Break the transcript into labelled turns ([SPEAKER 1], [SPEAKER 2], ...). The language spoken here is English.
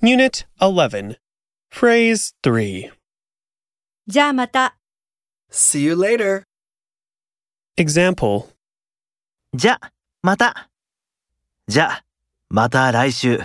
[SPEAKER 1] Unit 11. Phrase 3.
[SPEAKER 2] じゃあまた。
[SPEAKER 3] See you later.
[SPEAKER 1] Example.
[SPEAKER 4] じゃ、また。じゃ、また来週。